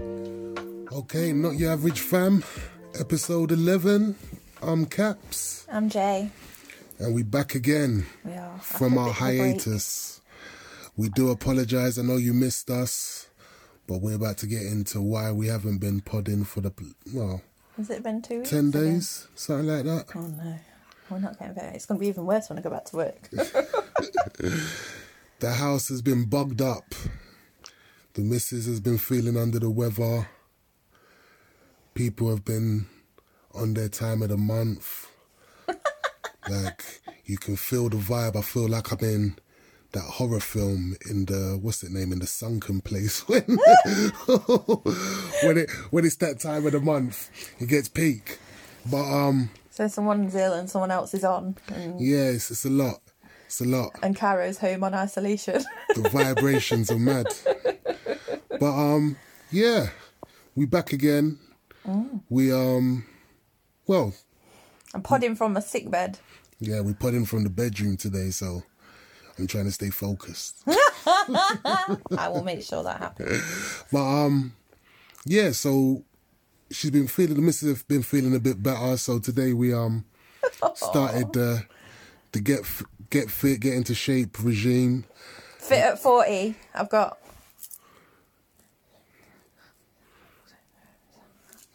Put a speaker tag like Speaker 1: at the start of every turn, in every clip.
Speaker 1: Okay, not your average fam. Episode 11. I'm Caps,
Speaker 2: I'm Jay.
Speaker 1: and we back again
Speaker 2: We are after
Speaker 1: from
Speaker 2: a
Speaker 1: our
Speaker 2: bit of a break.
Speaker 1: hiatus. We do apologize. I know you missed us, but we're about to get into why we haven't been podding for the pl- well
Speaker 2: Has it been
Speaker 1: ten
Speaker 2: two? weeks again?
Speaker 1: days, something like that.
Speaker 2: Oh no, we're not getting better. It's going to be even worse when I go back to work.
Speaker 1: The house has been bugged up. The missus has been feeling under the weather. People have been on their time of the month. like you can feel the vibe. I feel like I'm in that horror film in the what's it name in the sunken place when when it when it's that time of the month it gets peak. But um
Speaker 2: so someone's ill and someone else is on, and,
Speaker 1: yeah, it's, it's a lot. It's a lot.
Speaker 2: and Caro's home on isolation.
Speaker 1: the vibrations are mad. But um, yeah, we back again. We um, well,
Speaker 2: I'm podding from a sick bed.
Speaker 1: yeah, we put in from the bedroom today, so I'm trying to stay focused.
Speaker 2: I will make sure that happens.
Speaker 1: but um, yeah, so she's been feeling the missus have been feeling a bit better. So today we um started the the get f- get fit, get into shape regime.
Speaker 2: Fit at 40. I've got.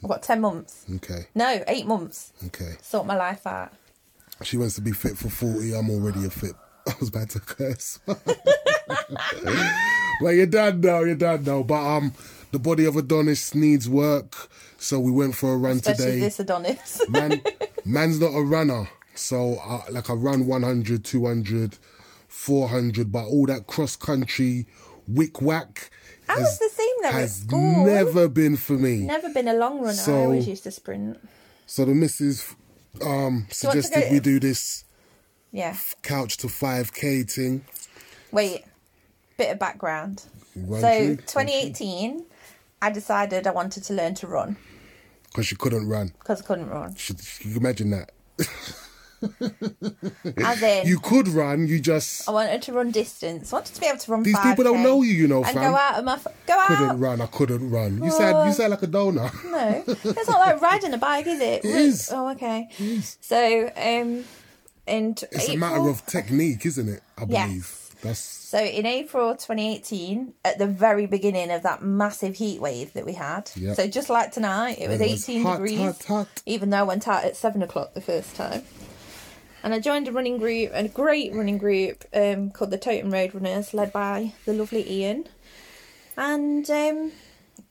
Speaker 2: I've got 10 months.
Speaker 1: Okay,
Speaker 2: No, 8 months.
Speaker 1: okay.
Speaker 2: Sort my life out.
Speaker 1: She wants to be fit for 40. I'm already a fit. I was about to curse. well, you're done now. You're done now. But um, the body of Adonis needs work. So we went for a run
Speaker 2: Especially
Speaker 1: today.
Speaker 2: this Adonis.
Speaker 1: Man, man's not a runner. So uh, like I run 100, 200, 400. But all that cross country wick whack
Speaker 2: I
Speaker 1: has,
Speaker 2: was the same though at
Speaker 1: has
Speaker 2: school.
Speaker 1: never been for me.
Speaker 2: Never been a long runner.
Speaker 1: So-
Speaker 2: I always used to sprint.
Speaker 1: So the missus um,
Speaker 2: go
Speaker 1: suggested we do this
Speaker 2: Yeah.
Speaker 1: couch to 5k thing.
Speaker 2: Wait, bit of background.
Speaker 1: Run
Speaker 2: so,
Speaker 1: through,
Speaker 2: 2018, I decided I wanted to learn to run
Speaker 1: because she couldn't run.
Speaker 2: because I couldn't run.
Speaker 1: She, she, imagine that.
Speaker 2: As in,
Speaker 1: You could run, you just
Speaker 2: I wanted to run distance. I wanted to be able to run.
Speaker 1: These people don't
Speaker 2: 5K,
Speaker 1: know you, you know,
Speaker 2: And
Speaker 1: fam.
Speaker 2: go out of my f- go
Speaker 1: couldn't
Speaker 2: out.
Speaker 1: run. I couldn't run. You said you said like a donor.
Speaker 2: No, it's not like riding a bike, is it? Really-
Speaker 1: is.
Speaker 2: Oh, okay. So, um, in t-
Speaker 1: It's
Speaker 2: April,
Speaker 1: a matter of technique, isn't it? I
Speaker 2: Yes.
Speaker 1: believe that's
Speaker 2: so in April 2018, at the very beginning of that massive heat wave that we had.
Speaker 1: Yep.
Speaker 2: So just like tonight, it was
Speaker 1: it was
Speaker 2: 18
Speaker 1: hot,
Speaker 2: degrees.
Speaker 1: hot, hot.
Speaker 2: even though I went out at seven o'clock the first time. And I joined a running group, a great running group um, called the Totem Road Runners, led by the lovely Ian. And um,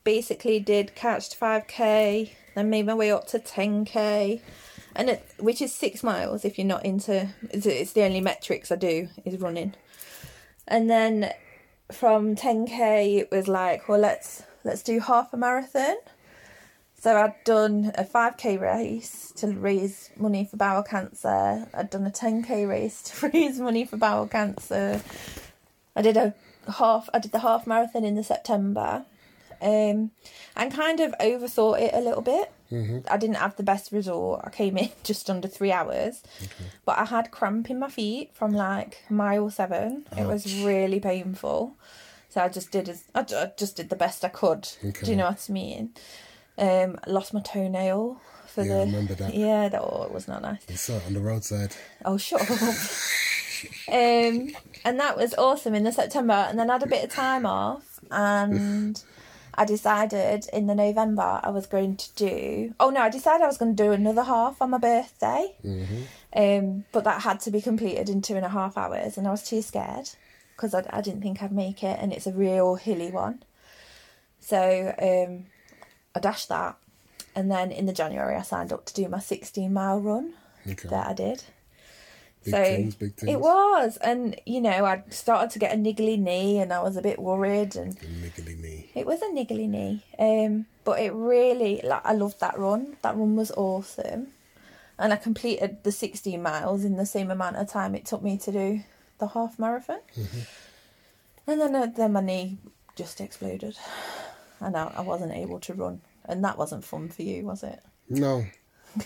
Speaker 2: basically did catch to 5k, then made my way up to 10k, and it, which is six miles if you're not into it's, it's the only metrics I do is running. And then from 10k, it was like, well, let's let's do half a marathon. So I'd done a 5k race to raise money for bowel cancer. I'd done a 10k race to raise money for bowel cancer. I did a half. I did the half marathon in the September, um, and kind of overthought it a little bit. I didn't have the best result. I came in just under three hours, but I had cramp in my feet from like mile seven. It was really painful. So I just did as I ju- I just did the best I could. Do
Speaker 1: Okay.
Speaker 2: you know what I mean? Um, I lost my toenail for
Speaker 1: Yeah,
Speaker 2: the
Speaker 1: I remember that.
Speaker 2: Yeah, that oh, it was not nice.
Speaker 1: it's uh, on the roadside.
Speaker 2: Oh, shut up. um, and that was awesome in the September. And then I had a bit of time off. And I decided in the November I was going to do. Oh, no, I decided I was going to do another half on my birthday. Um, but that had to be completed in two and a half hours. And I was too scared because I, I didn't think I'd make it. And it's a real hilly one. So um, I dashed that. And then in the January, I signed up to do my 16 mile run
Speaker 1: Okay,
Speaker 2: that I did.
Speaker 1: big
Speaker 2: so
Speaker 1: things, big things.
Speaker 2: it was, and you know, I started to get a niggly knee, and I was a bit worried, and
Speaker 1: Niggly knee.
Speaker 2: it was a niggly knee. Um, but it really, like, I loved that run. That run was awesome, and I completed the sixteen miles in the same amount of time it took me to do the half marathon.
Speaker 1: Mm-hmm.
Speaker 2: And then, uh, then my knee just exploded. And I, I wasn't able to run. And that wasn't fun for you, was it?
Speaker 1: No.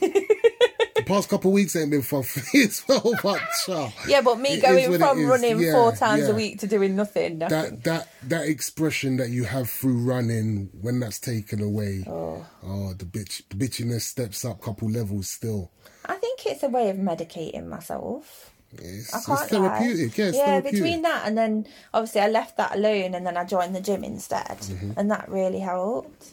Speaker 1: the past couple of weeks ain't been fun for me as well, but uh,
Speaker 2: Yeah, but me
Speaker 1: It is
Speaker 2: going
Speaker 1: what it
Speaker 2: from
Speaker 1: is.
Speaker 2: running
Speaker 1: Yeah,
Speaker 2: four times
Speaker 1: yeah.
Speaker 2: a week to doing nothing. I think-
Speaker 1: that that that expression that you have through running when that's taken away, oh, the bitch the bitchiness steps up couple levels still.
Speaker 2: I think it's a way of medicating myself.
Speaker 1: It's,
Speaker 2: I
Speaker 1: it's
Speaker 2: can't
Speaker 1: therapeutic,
Speaker 2: Lie.
Speaker 1: yeah. It's therapeutic.
Speaker 2: between that and then obviously I left that alone and then I joined the gym instead,
Speaker 1: Mm-hmm.
Speaker 2: and that really helped.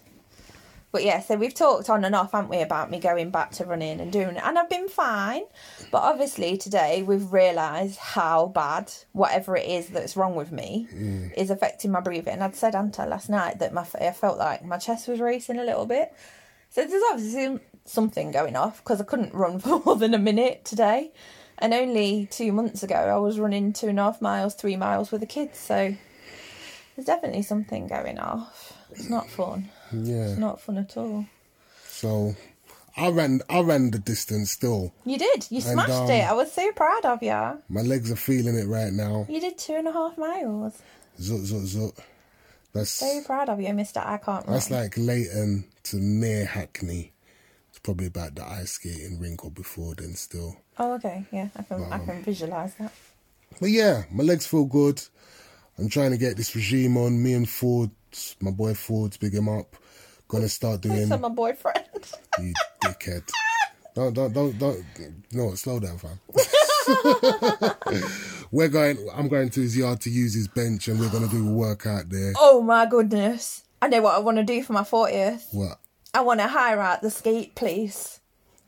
Speaker 2: But yeah, so we've talked on and off, haven't we, about me going back to running and doing it, and I've been fine. But obviously today we've realised how bad whatever it is that's wrong with me is affecting my breathing. And I'd said Anta last night that my I felt like my chest was racing a little bit. So there's obviously something going off because I couldn't run for more than a minute today. And only two months ago, I was running two and a half miles, three miles with the kids. So there's definitely something going off. It's not fun.
Speaker 1: yeah.
Speaker 2: It's not fun at all.
Speaker 1: So I ran I ran the distance still.
Speaker 2: You did. You
Speaker 1: And,
Speaker 2: smashed
Speaker 1: um,
Speaker 2: it. I was so proud of you.
Speaker 1: My legs are feeling it right now.
Speaker 2: You did two and a half miles.
Speaker 1: Zut zut zut. That's
Speaker 2: So proud of you, Mister. I can't. Run.
Speaker 1: that's like Leighton to near Hackney. It's probably about the ice skating rink or before then still.
Speaker 2: oh, okay. Yeah, I can. I can visualize that.
Speaker 1: But yeah, my legs feel good. I'm trying to get this regime on. Me and Ford, my boy Ford's big him up. Gonna start doing
Speaker 2: So my boyfriend.
Speaker 1: you dickhead. Don't don't don't don't no slow down fam. we're going I'm going to his yard to use his bench and we're gonna do a workout there.
Speaker 2: oh my goodness! I know what I want to do for my fortieth.
Speaker 1: What?
Speaker 2: I want to hire out the skate place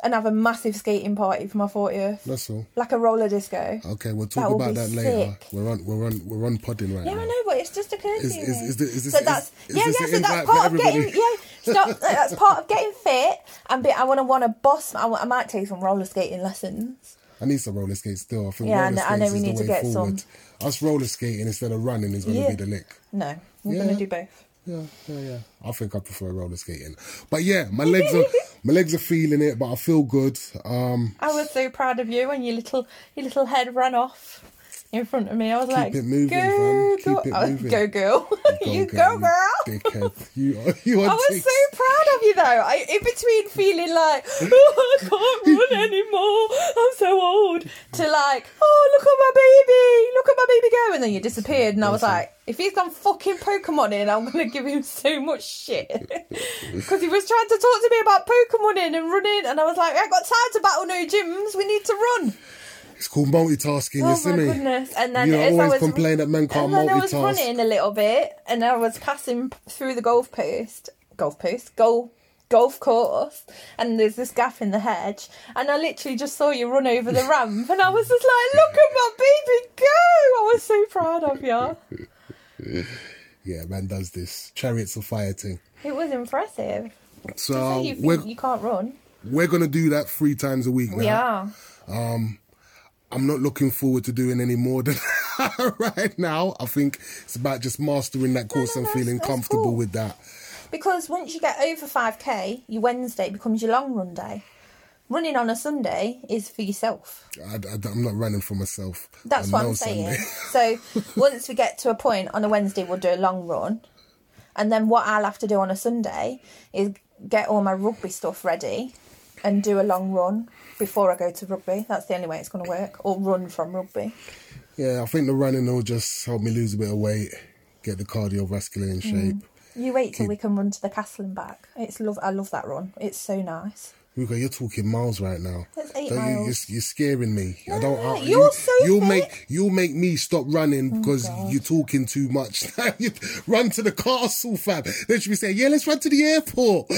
Speaker 2: and have a massive skating party for my 40th,
Speaker 1: That's all.
Speaker 2: like a roller disco.
Speaker 1: Okay, we'll talk
Speaker 2: That will
Speaker 1: about
Speaker 2: be
Speaker 1: that later.
Speaker 2: sick.
Speaker 1: We're on we're on we're on podding right
Speaker 2: Yeah,
Speaker 1: now.
Speaker 2: I know, but it's just occurred
Speaker 1: Is-
Speaker 2: to me.
Speaker 1: is- is thi- is this-
Speaker 2: so
Speaker 1: is-
Speaker 2: that's
Speaker 1: is
Speaker 2: yeah,
Speaker 1: this
Speaker 2: yeah.
Speaker 1: an
Speaker 2: So
Speaker 1: invite
Speaker 2: that's
Speaker 1: for
Speaker 2: part of
Speaker 1: everybody?
Speaker 2: getting yeah. Stop. that's part of getting fit. And be, I want to want to boss. I, wa- I might take some roller skating lessons.
Speaker 1: I need some roller skates still. I think
Speaker 2: Yeah, I
Speaker 1: roller
Speaker 2: know- I
Speaker 1: skates
Speaker 2: know
Speaker 1: is
Speaker 2: we
Speaker 1: the
Speaker 2: need to
Speaker 1: way
Speaker 2: get
Speaker 1: forward. Us roller skating instead of running is gonna
Speaker 2: Yeah.
Speaker 1: be the lick.
Speaker 2: No, we're
Speaker 1: Yeah.
Speaker 2: gonna do both.
Speaker 1: Yeah, yeah, yeah. I think I prefer roller skating. But yeah, my legs are my legs are feeling it, but I feel good. Um
Speaker 2: I was so proud of you when your little your little head ran off in front of me. I was like,
Speaker 1: it moving,
Speaker 2: go,
Speaker 1: fam.
Speaker 2: go,
Speaker 1: Keep it
Speaker 2: Oh,
Speaker 1: moving.
Speaker 2: go, girl, you
Speaker 1: girl, you
Speaker 2: go, girl.
Speaker 1: Dickhead. You are you are
Speaker 2: I was
Speaker 1: dick-
Speaker 2: so proud of you though. I, in between feeling like, oh, I can't run anymore, I'm so old, to like, oh, look at my baby, look at my baby go. And then you disappeared, and I was like, if he's gone fucking Pokemon in, I'm going to give him so much shit. Because he was trying to talk to me about Pokemon in and running, and I was like, I ain't got time to battle no gyms, we need to run.
Speaker 1: It's called multitasking,
Speaker 2: Oh
Speaker 1: you see
Speaker 2: my
Speaker 1: me?
Speaker 2: goodness! And then
Speaker 1: You know,
Speaker 2: as
Speaker 1: always
Speaker 2: I was
Speaker 1: complain that men can't
Speaker 2: and then I was
Speaker 1: multitask.
Speaker 2: running a little bit, and I was passing p- through the golf post, golf post, goal, golf course, and there's this gap in the hedge, and I literally just saw you run over the ramp, and I was just like, "Look at my baby go!" I was so proud of you.
Speaker 1: Yeah, man does this. Chariots of fire thing.
Speaker 2: It was impressive. So
Speaker 1: So
Speaker 2: you
Speaker 1: Um, we're
Speaker 2: think you can't run?
Speaker 1: we're gonna do that three times a week now.
Speaker 2: We are.
Speaker 1: I'm not looking forward to doing any more than right now. I think it's about just mastering that course
Speaker 2: no,
Speaker 1: and
Speaker 2: that's-
Speaker 1: feeling
Speaker 2: that's
Speaker 1: comfortable
Speaker 2: cool.
Speaker 1: with that.
Speaker 2: Because once you get over 5k, your Wednesday becomes your long run day. Running on a Sunday is for yourself.
Speaker 1: I, am not running for myself.
Speaker 2: That's
Speaker 1: on
Speaker 2: what
Speaker 1: no
Speaker 2: I'm saying.
Speaker 1: Sunday.
Speaker 2: so once we get to a point on a Wednesday, we'll do a long run, and then what I'll have to do on a Sunday is get all my rugby stuff ready and do a long run before I go to rugby. That's the only way it's going to work, or run from rugby.
Speaker 1: Yeah, I think the running will just help me lose a bit of weight, get the cardiovascular
Speaker 2: Mm.
Speaker 1: in shape.
Speaker 2: You wait till we can run to the castle and back. It's love. I love that run. It's so nice.
Speaker 1: Luca, you're talking miles right now.
Speaker 2: That's eight
Speaker 1: Don't you-
Speaker 2: miles.
Speaker 1: You're, you're scaring me. I don't. I,
Speaker 2: you're so Oh,
Speaker 1: You'll
Speaker 2: fit.
Speaker 1: make you'll make me stop running because you're talking too much. You run to the castle, fam. They should be saying, "Yeah, let's run to the airport."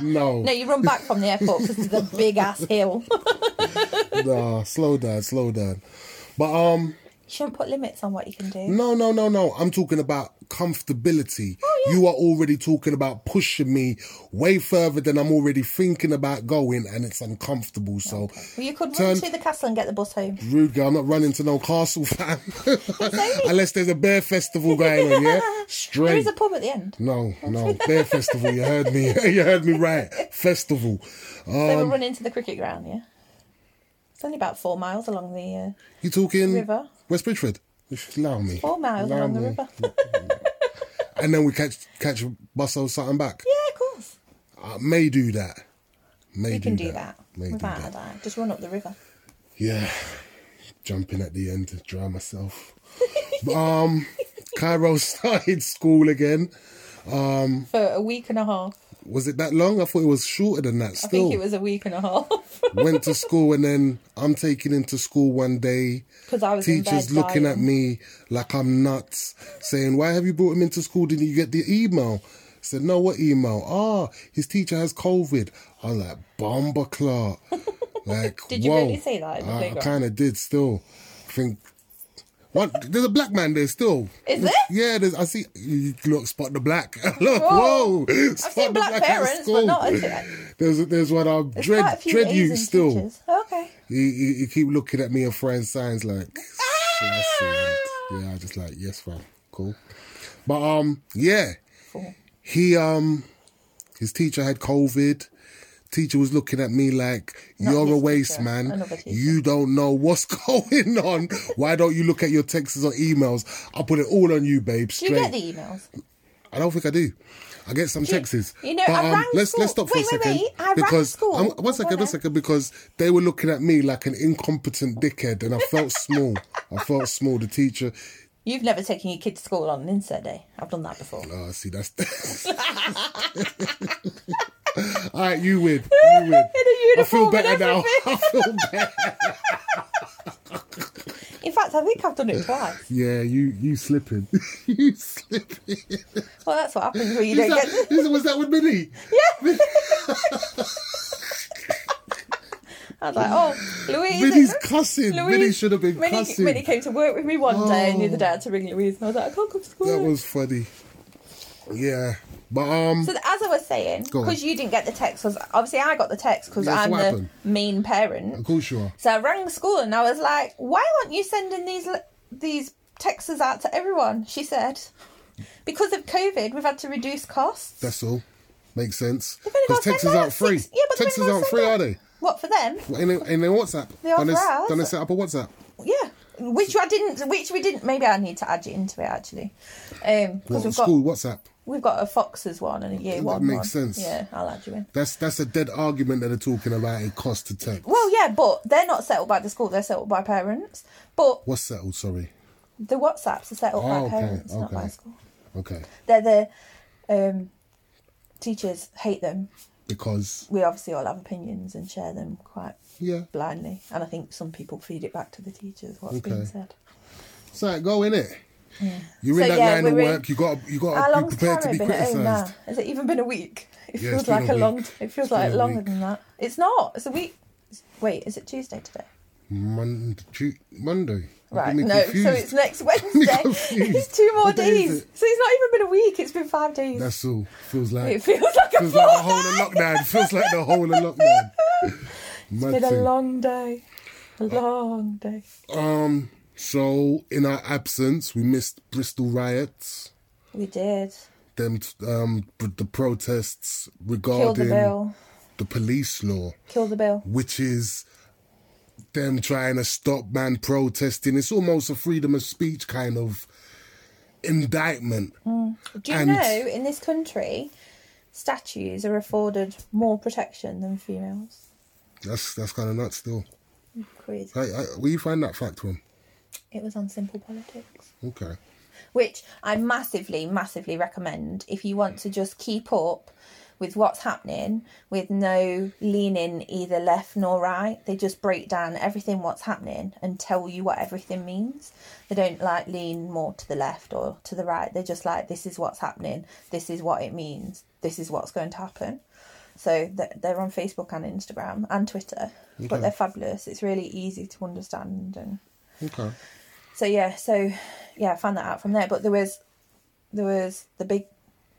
Speaker 1: no,
Speaker 2: No, you run back from the airport because it's a big ass hill. you
Speaker 1: nah, slow down, slow down. But um,
Speaker 2: shouldn't put limits on what you can do.
Speaker 1: no, no, no, no. I'm talking about comfortability.
Speaker 2: Oh,
Speaker 1: You are already talking about pushing me way further than I'm already thinking about going, and it's uncomfortable. So.
Speaker 2: Well, you could
Speaker 1: Turn-
Speaker 2: run to the castle and get the bus home.
Speaker 1: Rude girl, I'm not running to no castle, fam. Unless there's a bear festival going on, yeah?
Speaker 2: There
Speaker 1: Straight.
Speaker 2: is a pub at the end.
Speaker 1: No, no, bear festival. You heard me. you heard me right. Festival. Uh, Um,
Speaker 2: So we're running to the cricket ground, yeah. It's only about four miles along the. Uh,
Speaker 1: You talking
Speaker 2: River.
Speaker 1: West Bridgeford? Allow me.
Speaker 2: Four miles
Speaker 1: Allow
Speaker 2: along the
Speaker 1: me.
Speaker 2: river.
Speaker 1: And then we catch catch a bus or something back.
Speaker 2: yeah, of course.
Speaker 1: I Uh, may do that. May
Speaker 2: We
Speaker 1: do
Speaker 2: can do
Speaker 1: that.
Speaker 2: that.
Speaker 1: May do
Speaker 2: Without a
Speaker 1: that.
Speaker 2: doubt. Just run up the river.
Speaker 1: Yeah. Jumping at the end to dry myself. But, um, Cairo started school again.
Speaker 2: For a week and a half.
Speaker 1: Was it that long? I thought it was shorter than that.
Speaker 2: I
Speaker 1: Still,
Speaker 2: think it was a week and a half.
Speaker 1: went to school and then I'm taken into school one day.
Speaker 2: Because I was in bed
Speaker 1: Teachers looking at
Speaker 2: dying.
Speaker 1: me like I'm nuts, saying, Why have you brought him into school? Didn't you get the email? I said, No, what email? Ah, his teacher has COVID. I was like, Bomber Clark. Like,
Speaker 2: Did you
Speaker 1: whoa.
Speaker 2: really say that in the
Speaker 1: I- I,
Speaker 2: playground?
Speaker 1: kind of did still. I think. What? There's a black man there still.
Speaker 2: Is there?
Speaker 1: Yeah, there's, I see. You look, spot the black. look,
Speaker 2: Whoa.
Speaker 1: whoa.
Speaker 2: I've
Speaker 1: Spot
Speaker 2: seen
Speaker 1: the
Speaker 2: black
Speaker 1: at
Speaker 2: parents, but
Speaker 1: school.
Speaker 2: not a
Speaker 1: There's there's one um,
Speaker 2: There's quite a
Speaker 1: dread
Speaker 2: few
Speaker 1: dread
Speaker 2: A's
Speaker 1: you
Speaker 2: in
Speaker 1: still.
Speaker 2: teachers. Okay.
Speaker 1: He, he, he keep looking at me and throwing signs like "Shall I see it?" Yeah, I just like, yes fam, cool. But um yeah.
Speaker 2: Cool.
Speaker 1: He um his teacher had COVID. Teacher was looking at me like,
Speaker 2: Not
Speaker 1: You're a
Speaker 2: his
Speaker 1: waste
Speaker 2: teacher,
Speaker 1: man.
Speaker 2: another teacher.
Speaker 1: You don't know what's going on. Why don't you look at your texts or emails? I'll put it all on you, babe.
Speaker 2: Do
Speaker 1: Straight.
Speaker 2: you get the emails?
Speaker 1: I don't think I do. I get some
Speaker 2: you-
Speaker 1: texts.
Speaker 2: you know, I rang
Speaker 1: let's let's
Speaker 2: school-
Speaker 1: stop for
Speaker 2: wait,
Speaker 1: a
Speaker 2: wait,
Speaker 1: second
Speaker 2: wait, I rang
Speaker 1: because
Speaker 2: school.
Speaker 1: um, one second,
Speaker 2: Hold on.
Speaker 1: one second, because they were looking at me like an incompetent dickhead, and I felt small. I felt small. The teacher,
Speaker 2: You've never taken your kid to school on an insert day. I've done that before.
Speaker 1: oh, see, that's. All right, you win. You win. I feel
Speaker 2: uniform and
Speaker 1: better now.
Speaker 2: everything.
Speaker 1: I feel better.
Speaker 2: In fact, I think I've done it twice.
Speaker 1: Yeah, you you slipping. you slipping.
Speaker 2: Well, that's what happens when you
Speaker 1: Is
Speaker 2: don't
Speaker 1: that,
Speaker 2: get. the-
Speaker 1: is- was that with Minnie?
Speaker 2: I was like, oh, Louise.
Speaker 1: Minnie's cussing.
Speaker 2: Louise-
Speaker 1: Minnie should have been
Speaker 2: Minnie,
Speaker 1: cussing.
Speaker 2: Minnie came to work with me one day, and the other day I had to ring Louise, and I was like, I can't come to school.
Speaker 1: That was funny. Yeah, but um.
Speaker 2: So th- as I was saying,
Speaker 1: Go on.
Speaker 2: because you didn't get the text, because obviously I got the text because
Speaker 1: Yeah, so
Speaker 2: I'm the
Speaker 1: what happened?
Speaker 2: mean parent.
Speaker 1: Of course you are.
Speaker 2: So I rang school and I was like, "Why aren't you sending these le- these texts out to everyone?" She said, "Because of COVID, we've had to reduce costs."
Speaker 1: That's all. Makes sense.
Speaker 2: They've only
Speaker 1: Because
Speaker 2: got
Speaker 1: Texas
Speaker 2: send out
Speaker 1: aren't free.
Speaker 2: six- yeah, but they've
Speaker 1: Texas
Speaker 2: only got
Speaker 1: aren't
Speaker 2: send
Speaker 1: free,
Speaker 2: out-
Speaker 1: are they?
Speaker 2: What for them?
Speaker 1: And they, and they WhatsApp.
Speaker 2: They are
Speaker 1: Done
Speaker 2: for us.
Speaker 1: done they set up a WhatsApp?
Speaker 2: Yeah, which I didn't. Which we didn't. Maybe I need to add you into it actually, um,
Speaker 1: What,
Speaker 2: because we've
Speaker 1: school
Speaker 2: got
Speaker 1: WhatsApp.
Speaker 2: we've got a Foxes one and a Year
Speaker 1: That
Speaker 2: One.
Speaker 1: makes
Speaker 2: one.
Speaker 1: sense.
Speaker 2: Yeah, I'll add you in.
Speaker 1: That's that's a dead argument that they're talking about. It costs to text.
Speaker 2: Well, yeah, but they're not settled by the school; they're settled by parents. But
Speaker 1: What's settled? Sorry.
Speaker 2: the WhatsApps are settled
Speaker 1: Oh,
Speaker 2: by
Speaker 1: okay,
Speaker 2: parents, not by
Speaker 1: okay.
Speaker 2: school.
Speaker 1: Okay.
Speaker 2: They're the um, teachers hate them.
Speaker 1: Because
Speaker 2: We obviously all have opinions and share them quite
Speaker 1: yeah,
Speaker 2: blindly, and I think some people feed it back to the teachers what's being
Speaker 1: Okay.
Speaker 2: said.
Speaker 1: it's like go in it. You're in
Speaker 2: So,
Speaker 1: that
Speaker 2: yeah,
Speaker 1: line of
Speaker 2: we're in-
Speaker 1: work. You got you
Speaker 2: How
Speaker 1: got to
Speaker 2: long's
Speaker 1: be prepared to
Speaker 2: Caro
Speaker 1: be
Speaker 2: been at home
Speaker 1: criticised.
Speaker 2: now? Has it even been a week? It
Speaker 1: Yeah, it's
Speaker 2: feels
Speaker 1: been
Speaker 2: like
Speaker 1: a
Speaker 2: a, long.
Speaker 1: week.
Speaker 2: It feels
Speaker 1: It's been
Speaker 2: like
Speaker 1: a
Speaker 2: longer
Speaker 1: week.
Speaker 2: than that. It's not. It's a week. Wait, is it Tuesday today?
Speaker 1: Monday. Tu- Monday. You
Speaker 2: Right.
Speaker 1: get me
Speaker 2: No.
Speaker 1: confused.
Speaker 2: So it's next Wednesday.
Speaker 1: confused.
Speaker 2: it's two more
Speaker 1: What day is
Speaker 2: days.
Speaker 1: it?
Speaker 2: So it's not even been a week. It's been five days.
Speaker 1: That's all. Feels like
Speaker 2: It feels like a
Speaker 1: feels like the
Speaker 2: fortnight.
Speaker 1: whole of lockdown. Feels like the whole of lockdown. Mad
Speaker 2: It's been a
Speaker 1: thing.
Speaker 2: long day. A long day.
Speaker 1: Um. So in our absence, we missed Bristol riots.
Speaker 2: We did.
Speaker 1: Them. Um. The protests
Speaker 2: Kill
Speaker 1: regarding
Speaker 2: the bill.
Speaker 1: the police law,
Speaker 2: Kill the bill.
Speaker 1: which is them trying to stop man protesting. It's almost a freedom of speech kind of indictment.
Speaker 2: Do you
Speaker 1: And-
Speaker 2: know in this country, statues are afforded more protection than females?
Speaker 1: That's that's kind of nuts. Still,
Speaker 2: Crazy.
Speaker 1: hey, I, where you find that fact from?
Speaker 2: It was on Simple Politics,
Speaker 1: Okay.
Speaker 2: which I massively, massively recommend if you want to just keep up with what's happening with no leaning either left nor right. They just break down everything what's happening and tell you what everything means. They don't like lean more to the left or to the right. They're just like, this is what's happening, this is what it means, this is what's going to happen. So th- they're on Facebook and Instagram and Twitter, but
Speaker 1: Okay.
Speaker 2: they're fabulous. It's really easy to understand and
Speaker 1: Okay.
Speaker 2: so yeah so yeah i found that out from there but there was there was the big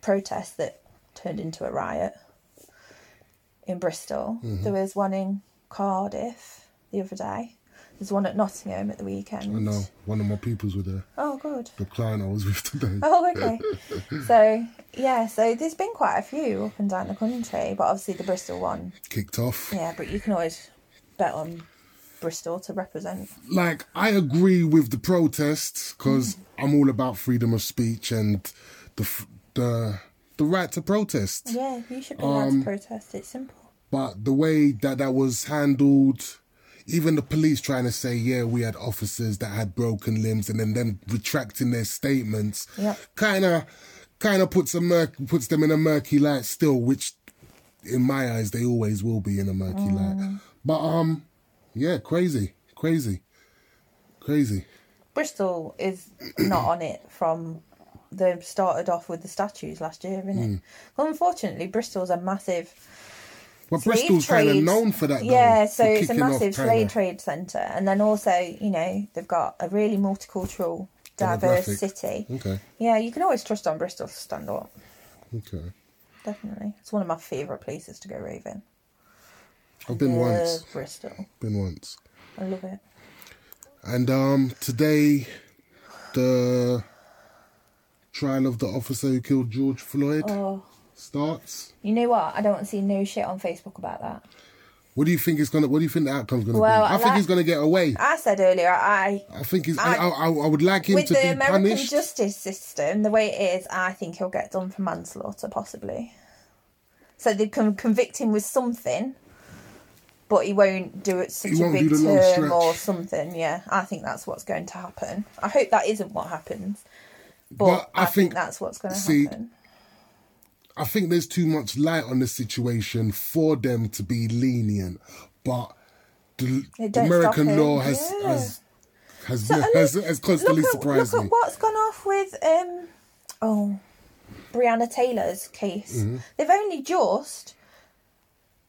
Speaker 2: protest that turned into a riot in bristol there was one in cardiff the other day there's one at nottingham at the weekend
Speaker 1: I know one of my pupils were there.
Speaker 2: oh good
Speaker 1: The client I was with today.
Speaker 2: oh okay so yeah so there's been quite a few up and down the country but obviously the bristol one
Speaker 1: Kicked off.
Speaker 2: yeah but you can always bet on Bristol to represent.
Speaker 1: like I agree with the protests because I'm all about freedom of speech and the f- the the right to protest.
Speaker 2: Yeah, you should be allowed to protest. It's simple.
Speaker 1: But the way that that was handled, even the police trying to say, yeah, we had officers that had broken limbs, and then them retracting their statements,
Speaker 2: Yep.
Speaker 1: kind of kind of puts a murk puts them in a murky light still, which in my eyes they always will be in a murky
Speaker 2: Mm.
Speaker 1: light. But um, yeah, crazy, crazy, crazy.
Speaker 2: Bristol is not on it from they started off with the statues last year, isn't
Speaker 1: Hmm.
Speaker 2: it? Well, unfortunately, Bristol's a massive
Speaker 1: But
Speaker 2: slave
Speaker 1: Bristol's kind of
Speaker 2: trade.
Speaker 1: known for that. Though,
Speaker 2: Yeah, so
Speaker 1: for
Speaker 2: it's a
Speaker 1: kicking off
Speaker 2: massive
Speaker 1: kinda.
Speaker 2: slave trade centre, and then also you know they've got a really multicultural, diverse
Speaker 1: Demographic.
Speaker 2: city.
Speaker 1: Okay,
Speaker 2: Yeah, you can always trust on Bristol to stand up.
Speaker 1: okay.
Speaker 2: Definitely, it's one of my favourite places to go raving.
Speaker 1: I've been once.
Speaker 2: Love Bristol,
Speaker 1: Been once.
Speaker 2: I love it.
Speaker 1: And um, today, the trial of the officer who killed George Floyd
Speaker 2: Oh,
Speaker 1: starts.
Speaker 2: you know what? I don't want to see no shit on Facebook about that.
Speaker 1: What do you think is gonna? What do you think the outcome's gonna
Speaker 2: Well,
Speaker 1: be?
Speaker 2: I
Speaker 1: I, think
Speaker 2: like-
Speaker 1: he's gonna get away.
Speaker 2: I said earlier, I
Speaker 1: I think he's.
Speaker 2: I-
Speaker 1: I, I, I would like him
Speaker 2: with
Speaker 1: to
Speaker 2: the
Speaker 1: be
Speaker 2: American
Speaker 1: punished.
Speaker 2: justice system, the way it is, I think he'll get done for manslaughter, possibly. So they can convict him with something, but he won't do it such
Speaker 1: He
Speaker 2: a
Speaker 1: won't
Speaker 2: big
Speaker 1: do the long
Speaker 2: term or
Speaker 1: stretch.
Speaker 2: something. Yeah, I think that's what's going to happen. I hope that isn't what happens, but
Speaker 1: But
Speaker 2: I,
Speaker 1: I
Speaker 2: think,
Speaker 1: think-
Speaker 2: that's what's going to
Speaker 1: see,
Speaker 2: happen.
Speaker 1: I think there's too much light on the situation for them to be lenient, but the,
Speaker 2: It
Speaker 1: the
Speaker 2: don't
Speaker 1: American
Speaker 2: stop it.
Speaker 1: law has
Speaker 2: Yeah.
Speaker 1: has has,
Speaker 2: So, and
Speaker 1: has,
Speaker 2: look-
Speaker 1: has constantly
Speaker 2: look at,
Speaker 1: surprised
Speaker 2: look
Speaker 1: me.
Speaker 2: at what's gone off with um oh Brianna Taylor's case.
Speaker 1: Mm-hmm.
Speaker 2: They've only just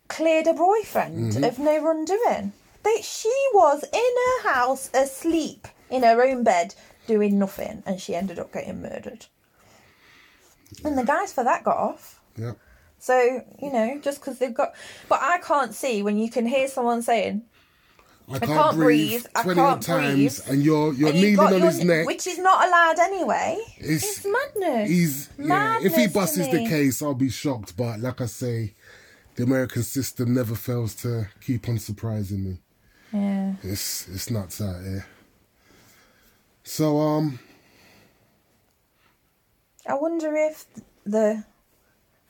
Speaker 2: cleared a boyfriend
Speaker 1: Mm-hmm.
Speaker 2: of no wrongdoing. That she was in her house asleep in her own bed doing nothing and she ended up getting murdered. And the guys for that got off.
Speaker 1: Yeah.
Speaker 2: So, you know, just because they've got. But I can't see when you can hear someone saying,
Speaker 1: I can't,
Speaker 2: can't
Speaker 1: breathe,
Speaker 2: breathe, I
Speaker 1: 20
Speaker 2: can't
Speaker 1: times,
Speaker 2: breathe.
Speaker 1: and you're you're
Speaker 2: and you've
Speaker 1: kneeling
Speaker 2: got
Speaker 1: on
Speaker 2: your
Speaker 1: his
Speaker 2: n-
Speaker 1: neck.
Speaker 2: Which is not allowed anyway. It's,
Speaker 1: It's-
Speaker 2: madness.
Speaker 1: He's yeah, if he
Speaker 2: madness,
Speaker 1: busts
Speaker 2: isn't
Speaker 1: the
Speaker 2: it?
Speaker 1: case, I'll be shocked. But like I say, the American system never fails to keep on surprising me.
Speaker 2: Yeah.
Speaker 1: It's it's nuts out here. So um,
Speaker 2: I wonder if the.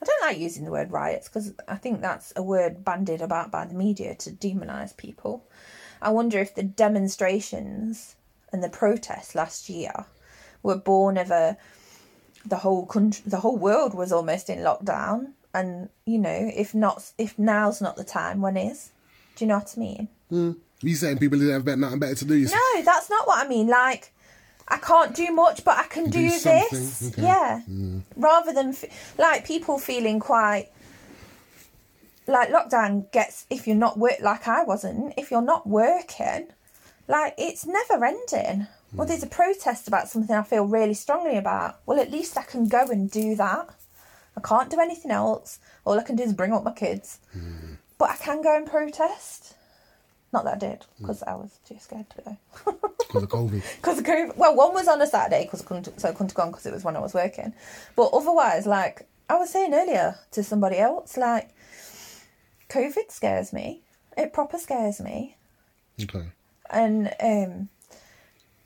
Speaker 2: I don't like using the word riots because I think that's a word bandied about by the media to demonise people. I wonder if the demonstrations and the protests last year were born of a. The whole country, the whole world was almost in lockdown, and you know, if not, if now's not the time, when is? Do you know what I mean?
Speaker 1: you saying people didn't have bet- nothing better to do? You
Speaker 2: No, that's not what I mean. Like, I can't do much, but I can do,
Speaker 1: do
Speaker 2: this.
Speaker 1: something, okay. Mm.
Speaker 2: Yeah. Rather than f- like people feeling quite like lockdown gets if you're not work like I wasn't. If you're not working, like it's never ending.
Speaker 1: Hmm.
Speaker 2: Well, there's a protest about something I feel really strongly about. Well, at least I can go and do that. I can't do anything else. All I can do is bring up my kids.
Speaker 1: Hmm.
Speaker 2: But I can go and protest. Not that I did, because I was too scared to go.
Speaker 1: because of COVID.
Speaker 2: Because well, one was on a Saturday because I couldn't, so I couldn't have gone because it was when I was working. But otherwise, like I was saying earlier to somebody else, like COVID scares me. It proper scares me.
Speaker 1: Okay.
Speaker 2: And um,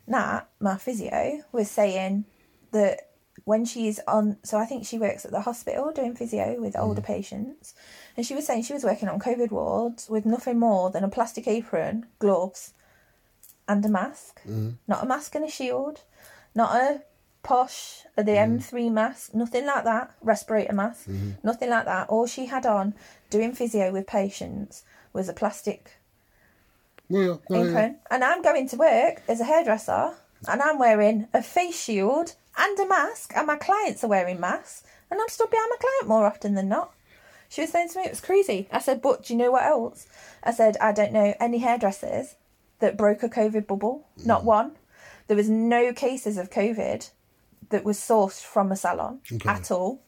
Speaker 2: Nat, my physio, was saying that when she's on, so I think she works at the hospital doing physio with older patients, and she was saying she was working on COVID wards with nothing more than a plastic apron, gloves, and a mask. Not a mask and a shield, not a posh, the M3 mask, nothing like that, respirator mask, nothing like that. All she had on doing physio with patients was a plastic
Speaker 1: Well, yeah, no, yeah.
Speaker 2: apron, and I'm going to work as a hairdresser, and I'm wearing a face shield and a mask, and my clients are wearing masks, and I'm still behind my client more often than not. She was saying to me it was crazy. I said, but do you know what else? I said, I don't know any hairdressers that broke a COVID bubble,
Speaker 1: Mm.
Speaker 2: not one. There was no cases of COVID that was sourced from a salon
Speaker 1: Okay.
Speaker 2: at all.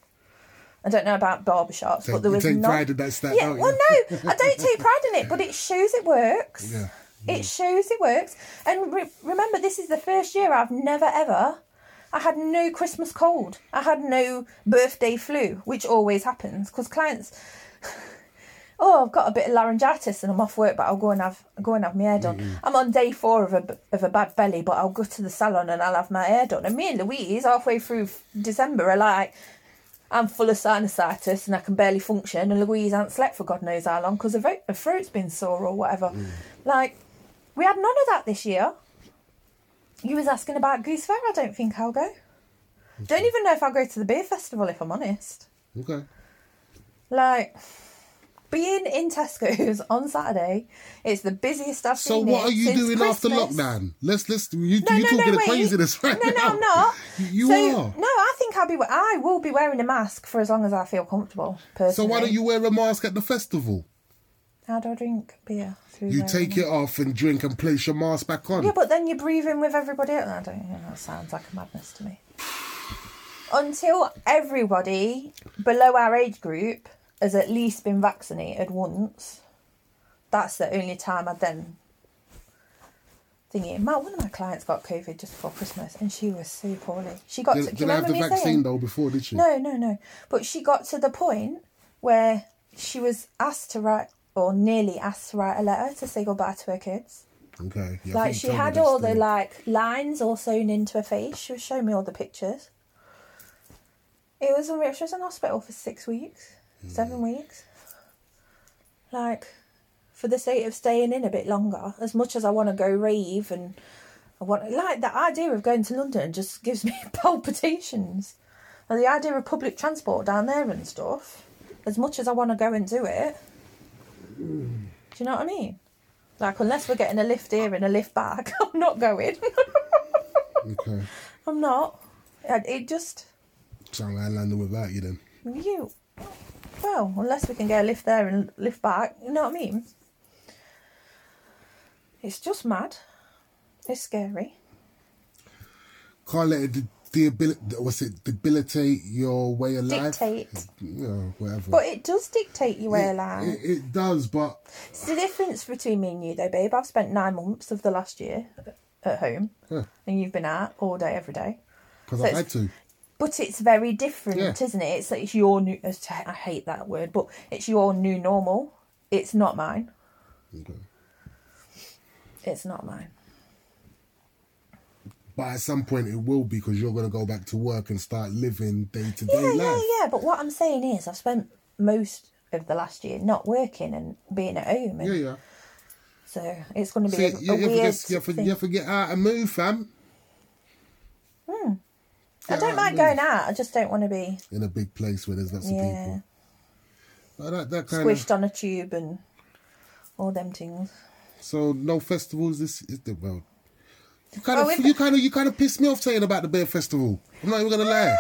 Speaker 2: I don't know about barbershops,
Speaker 1: Take-
Speaker 2: but there
Speaker 1: you
Speaker 2: was
Speaker 1: take
Speaker 2: none.
Speaker 1: pride in that stat,
Speaker 2: Yeah,
Speaker 1: don't
Speaker 2: well,
Speaker 1: you?
Speaker 2: no, I don't take pride in it, but it shows it works.
Speaker 1: Yeah. Mm.
Speaker 2: It shows it works. And re- remember, this is the first year I've never ever. I had no Christmas cold. I had no birthday flu, which always happens because clients. oh, I've got a bit of laryngitis and I'm off work, but I'll go and have go and have my hair done.
Speaker 1: Mm-hmm.
Speaker 2: I'm on day four of a b- of a bad belly, but I'll go to the salon and I'll have my hair done. And me and Louise, halfway through f- December, are like, I'm full of sinusitis and I can barely function. And Louise hasn't slept for God knows how long because her, throat- her throat's been sore or whatever.
Speaker 1: Mm.
Speaker 2: Like, we had none of that this year. You was asking about Goose Fair. I don't think I'll go. Don't even know if I'll go to the beer festival if I'm honest.
Speaker 1: Okay.
Speaker 2: Like being in Tesco's on Saturday, it's the busiest I've
Speaker 1: So
Speaker 2: seen.
Speaker 1: what
Speaker 2: it
Speaker 1: are you
Speaker 2: since
Speaker 1: doing after
Speaker 2: Christmas.
Speaker 1: lockdown? Let's let's you
Speaker 2: No,
Speaker 1: you
Speaker 2: no,
Speaker 1: talking
Speaker 2: no,
Speaker 1: of
Speaker 2: wait.
Speaker 1: craziness right
Speaker 2: no,
Speaker 1: now.
Speaker 2: no, I'm not.
Speaker 1: You
Speaker 2: so,
Speaker 1: are.
Speaker 2: No, I think I'll be. we- I will be wearing a mask for as long as I feel comfortable. Personally.
Speaker 1: So why don't you wear a mask at the festival?
Speaker 2: How do I drink beer? Through
Speaker 1: You
Speaker 2: wearing
Speaker 1: take it off and drink and place your mask back on.
Speaker 2: Yeah, but then you're breathing with everybody else. I don't know. That sounds like a madness to me. Until everybody below our age group has at least been vaccinated once, that's the only time I then thingy. My one of my clients got COVID just before Christmas, and she was so poorly. She got.
Speaker 1: Did,
Speaker 2: to, do
Speaker 1: did
Speaker 2: you
Speaker 1: I have
Speaker 2: remember
Speaker 1: the
Speaker 2: me
Speaker 1: vaccine
Speaker 2: saying?
Speaker 1: though before, did you?
Speaker 2: No, no, no. But she got to the point where she was asked to write, or nearly asked to write a letter to say goodbye to her kids.
Speaker 1: Okay. Yeah, I
Speaker 2: Like
Speaker 1: think
Speaker 2: she
Speaker 1: you told me
Speaker 2: had
Speaker 1: this
Speaker 2: all the
Speaker 1: thing.
Speaker 2: like lines all sewn into her face. She was showing me all the pictures. It was unreal. She was in hospital for six weeks,
Speaker 1: Hmm.
Speaker 2: seven weeks. Like, for the sake of staying in a bit longer, as much as I want to go rave and I want like the idea of going to London just gives me palpitations. And the idea of public transport down there and stuff, as much as I want to go and do it,
Speaker 1: Hmm.
Speaker 2: do you know what I mean? Like, unless we're getting a lift here and a lift back, I'm not going.
Speaker 1: Okay.
Speaker 2: I'm not. It it just,
Speaker 1: Sound like London without you then.
Speaker 2: you. Well, unless we can get a lift there and lift back, you know what I mean? It's just mad. It's scary.
Speaker 1: Can't let it de- debil- what's it debilitate your way of life.
Speaker 2: Dictate.
Speaker 1: You know, whatever.
Speaker 2: But it does dictate your way of life.
Speaker 1: it, it does, but
Speaker 2: It's the difference between me and you, though, babe. I've spent nine months of the last year at home,
Speaker 1: Yeah.
Speaker 2: and you've been out all day, every day.
Speaker 1: because
Speaker 2: So
Speaker 1: I
Speaker 2: it's-
Speaker 1: had to.
Speaker 2: But it's very different,
Speaker 1: Yeah.
Speaker 2: isn't it? It's like it's your new. I hate that word, but it's your new normal. It's not mine.
Speaker 1: Okay.
Speaker 2: It's not mine.
Speaker 1: But at some point it will be because you're gonna go back to work and start living day to day
Speaker 2: Yeah,
Speaker 1: life.
Speaker 2: yeah, yeah. But what I'm saying is, I've spent most of the last year not working and being at home, and
Speaker 1: Yeah, yeah.
Speaker 2: so it's going to be
Speaker 1: See, you,
Speaker 2: a, a
Speaker 1: you, have to
Speaker 2: weird.
Speaker 1: just, you, have to,
Speaker 2: thing.
Speaker 1: you have to get out and move, fam.
Speaker 2: Hmm. I
Speaker 1: get out
Speaker 2: don't mind
Speaker 1: and
Speaker 2: going out. I just don't want to be
Speaker 1: In a big place where there's lots of
Speaker 2: yeah
Speaker 1: people. Like that, that kind
Speaker 2: squished
Speaker 1: of.
Speaker 2: on a tube and all them things.
Speaker 1: So no festivals this is the well. You kind of,
Speaker 2: Well, we've-
Speaker 1: you kind of, you kind of pissed me off saying about the beer festival. I'm not even gonna lie.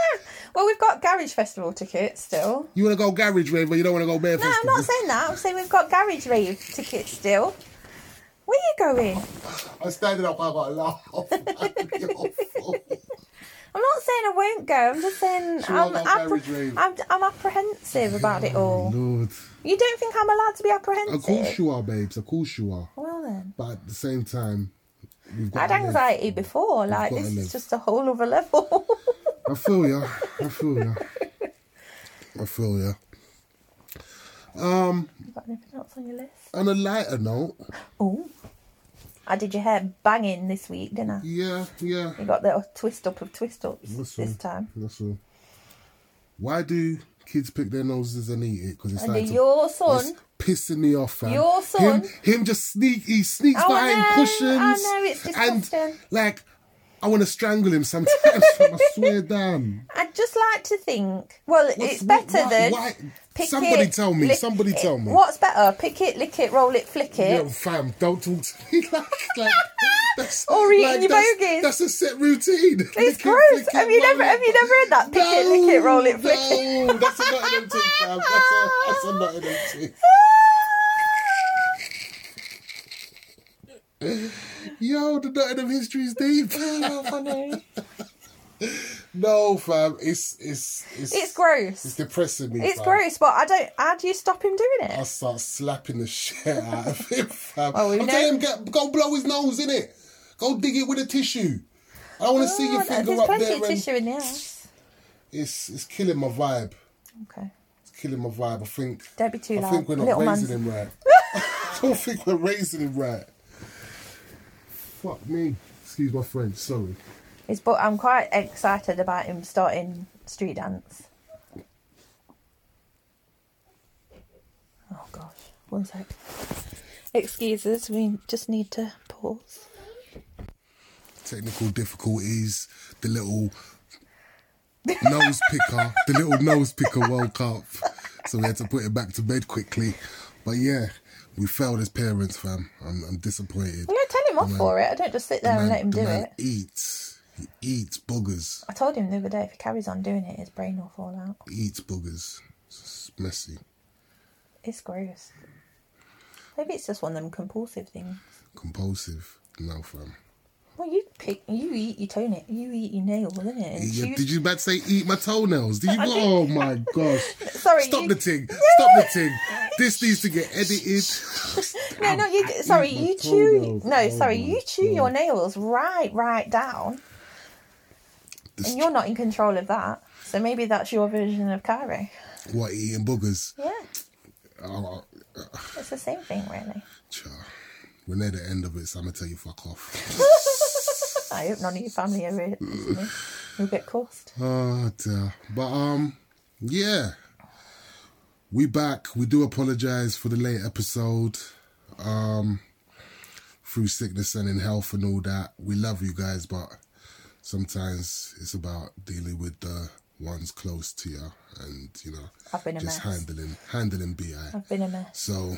Speaker 2: Well, we've got garage festival tickets still.
Speaker 1: You want to go garage rave, but you don't want to go beer
Speaker 2: No, I'm
Speaker 1: festival.
Speaker 2: not saying that. I'm saying we've got garage rave tickets still. Where you going?
Speaker 1: I'm standing up. I got a laugh.
Speaker 2: I'm not saying I won't go. I'm just saying
Speaker 1: She won't
Speaker 2: I'm,
Speaker 1: go
Speaker 2: appre-
Speaker 1: garage rave.
Speaker 2: I'm I'm apprehensive about it all.
Speaker 1: Oh, Lord,
Speaker 2: You don't think I'm allowed to be
Speaker 1: of
Speaker 2: apprehensive?
Speaker 1: course you are, babes. Of course you are.
Speaker 2: Well then,
Speaker 1: But at the same time, we've
Speaker 2: I
Speaker 1: got.
Speaker 2: had
Speaker 1: to live.
Speaker 2: anxiety before. Like
Speaker 1: got to
Speaker 2: this
Speaker 1: live.
Speaker 2: is just a whole other level.
Speaker 1: I feel ya. I feel ya. I feel ya.
Speaker 2: you got anything else on your list?
Speaker 1: On a lighter note,
Speaker 2: Oh, I did your hair banging this week, didn't I?
Speaker 1: yeah, yeah.
Speaker 2: You got the twist up of twist ups
Speaker 1: That's all.
Speaker 2: this time.
Speaker 1: That's all. Why do kids pick their noses and eat it? Because it's
Speaker 2: And
Speaker 1: like to-
Speaker 2: your son,
Speaker 1: it's pissing me off, fam.
Speaker 2: Your son-
Speaker 1: him, him just sneak, he sneaks
Speaker 2: Oh, I
Speaker 1: behind
Speaker 2: know, I
Speaker 1: cushions.
Speaker 2: know, it's
Speaker 1: And
Speaker 2: disgusting.
Speaker 1: like, I want to strangle him sometimes. fam, I swear down.
Speaker 2: I'd just like to think. Well, it's
Speaker 1: what-
Speaker 2: better
Speaker 1: why-
Speaker 2: than
Speaker 1: why-
Speaker 2: pick
Speaker 1: Somebody
Speaker 2: it,
Speaker 1: tell me,
Speaker 2: lick
Speaker 1: somebody
Speaker 2: it.
Speaker 1: tell me.
Speaker 2: What's better, pick it, lick it, roll it, flick it?
Speaker 1: Yo, fam, don't talk to me like that. That's,
Speaker 2: Or eating your
Speaker 1: that's,
Speaker 2: bogies.
Speaker 1: That's a set routine.
Speaker 2: It's gross. have you never have you never heard that? Pick it, lick it, roll it, flick it.
Speaker 1: no, that's a Nottingham thing, fam. That's a, that's a Nottingham thing. Yo, the Nottingham history is deep.
Speaker 2: Oh, funny.
Speaker 1: no, fam, it's it's it's
Speaker 2: It's gross.
Speaker 1: It's
Speaker 2: It's,
Speaker 1: depressing me. fam.
Speaker 2: gross, but I don't. How do you stop him doing
Speaker 1: I
Speaker 2: it?
Speaker 1: start slapping the shit out of him. Fam.
Speaker 2: Oh, we
Speaker 1: I'm
Speaker 2: know-
Speaker 1: telling him, get, go blow his nose in it. Go dig it with a tissue. I don't want to see your
Speaker 2: Oh,
Speaker 1: finger
Speaker 2: there's
Speaker 1: up
Speaker 2: plenty
Speaker 1: there.
Speaker 2: of
Speaker 1: And
Speaker 2: tissue in the house.
Speaker 1: it's it's killing my vibe.
Speaker 2: Okay.
Speaker 1: It's killing my vibe. I think.
Speaker 2: Don't be too
Speaker 1: I
Speaker 2: loud.
Speaker 1: think we're not
Speaker 2: Little
Speaker 1: raising
Speaker 2: man's-
Speaker 1: him right. I don't think we're raising him right. Fuck me. Excuse my French. Sorry.
Speaker 2: It's, but I'm quite excited about him starting street dance. Oh gosh, one sec. Excuse us, we just need to pause.
Speaker 1: Technical difficulties. The little nose picker. the little nose picker woke up, so we had to put it back to bed quickly. But yeah, we failed as parents, fam. I'm, I'm disappointed.
Speaker 2: I'm gonna tell him off
Speaker 1: man-
Speaker 2: for it. I don't just sit there and let him
Speaker 1: the
Speaker 2: do
Speaker 1: man
Speaker 2: it.
Speaker 1: Eats. He eats boogers.
Speaker 2: I told him the other day if he carries on doing it, his brain will fall out.
Speaker 1: He eats boogers. It's messy.
Speaker 2: It's gross. Maybe it's just one of them compulsive things.
Speaker 1: Compulsive. No, fam.
Speaker 2: Well, you pick, you eat your toenail, you eat your nail, isn't it? And
Speaker 1: Yeah,
Speaker 2: chew-
Speaker 1: did you about to say eat my toenails? Did you? Oh my gosh!
Speaker 2: Sorry,
Speaker 1: Stop
Speaker 2: you-
Speaker 1: the ting! Stop the ting! This needs to get edited.
Speaker 2: No, no, you. Sorry,
Speaker 1: my
Speaker 2: you chew.
Speaker 1: toenails.
Speaker 2: No,
Speaker 1: Oh
Speaker 2: sorry,
Speaker 1: my
Speaker 2: you chew your nails right, right down,
Speaker 1: This-
Speaker 2: and you're not in control of that. So maybe that's your version of Cairo.
Speaker 1: What eating boogers?
Speaker 2: Yeah,
Speaker 1: Oh, uh,
Speaker 2: it's the same thing, really.
Speaker 1: cha. we're near the end of it, so I'm gonna tell you fuck off.
Speaker 2: I hope none of your family are really listening. You'll get cursed.
Speaker 1: Oh dear. But um, yeah, we back. We do apologize for the late episode. Um, through sickness and in health and all that, we love you guys, but sometimes it's about dealing with the ones close to you, and you know,
Speaker 2: I've been a
Speaker 1: just
Speaker 2: mess.
Speaker 1: handling handling bi.
Speaker 2: I've been a mess.
Speaker 1: So.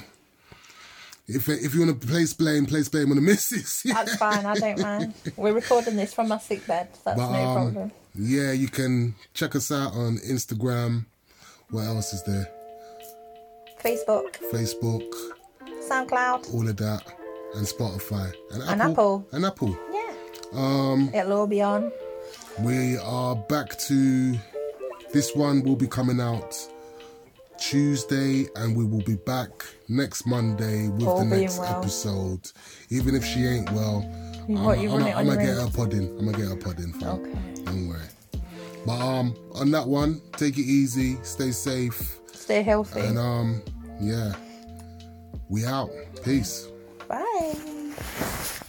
Speaker 1: If, if you want to place blame, place blame on the missus. Yeah.
Speaker 2: That's fine. I don't mind. We're recording this from my sick bed. so That's
Speaker 1: But
Speaker 2: no
Speaker 1: um,
Speaker 2: problem.
Speaker 1: yeah, you can check us out on Instagram. What else is there?
Speaker 2: Facebook,
Speaker 1: Facebook,
Speaker 2: SoundCloud.
Speaker 1: all of that, and Spotify, and Apple,
Speaker 2: And Apple.
Speaker 1: and Apple.
Speaker 2: Yeah. Um. It'll all be on.
Speaker 1: We are back to this one will be coming out Tuesday, and we will be back next Monday with
Speaker 2: All
Speaker 1: the
Speaker 2: being
Speaker 1: next
Speaker 2: well.
Speaker 1: episode. Even if she ain't well, I'm
Speaker 2: what, you run it on Oh.
Speaker 1: gonna
Speaker 2: your
Speaker 1: get
Speaker 2: own?
Speaker 1: her pod in. I'm gonna get her pod in. Fam.
Speaker 2: Okay.
Speaker 1: Don't worry. But um, on that one, take it easy, stay safe.
Speaker 2: Stay healthy.
Speaker 1: And um, yeah, we out. Peace.
Speaker 2: Bye.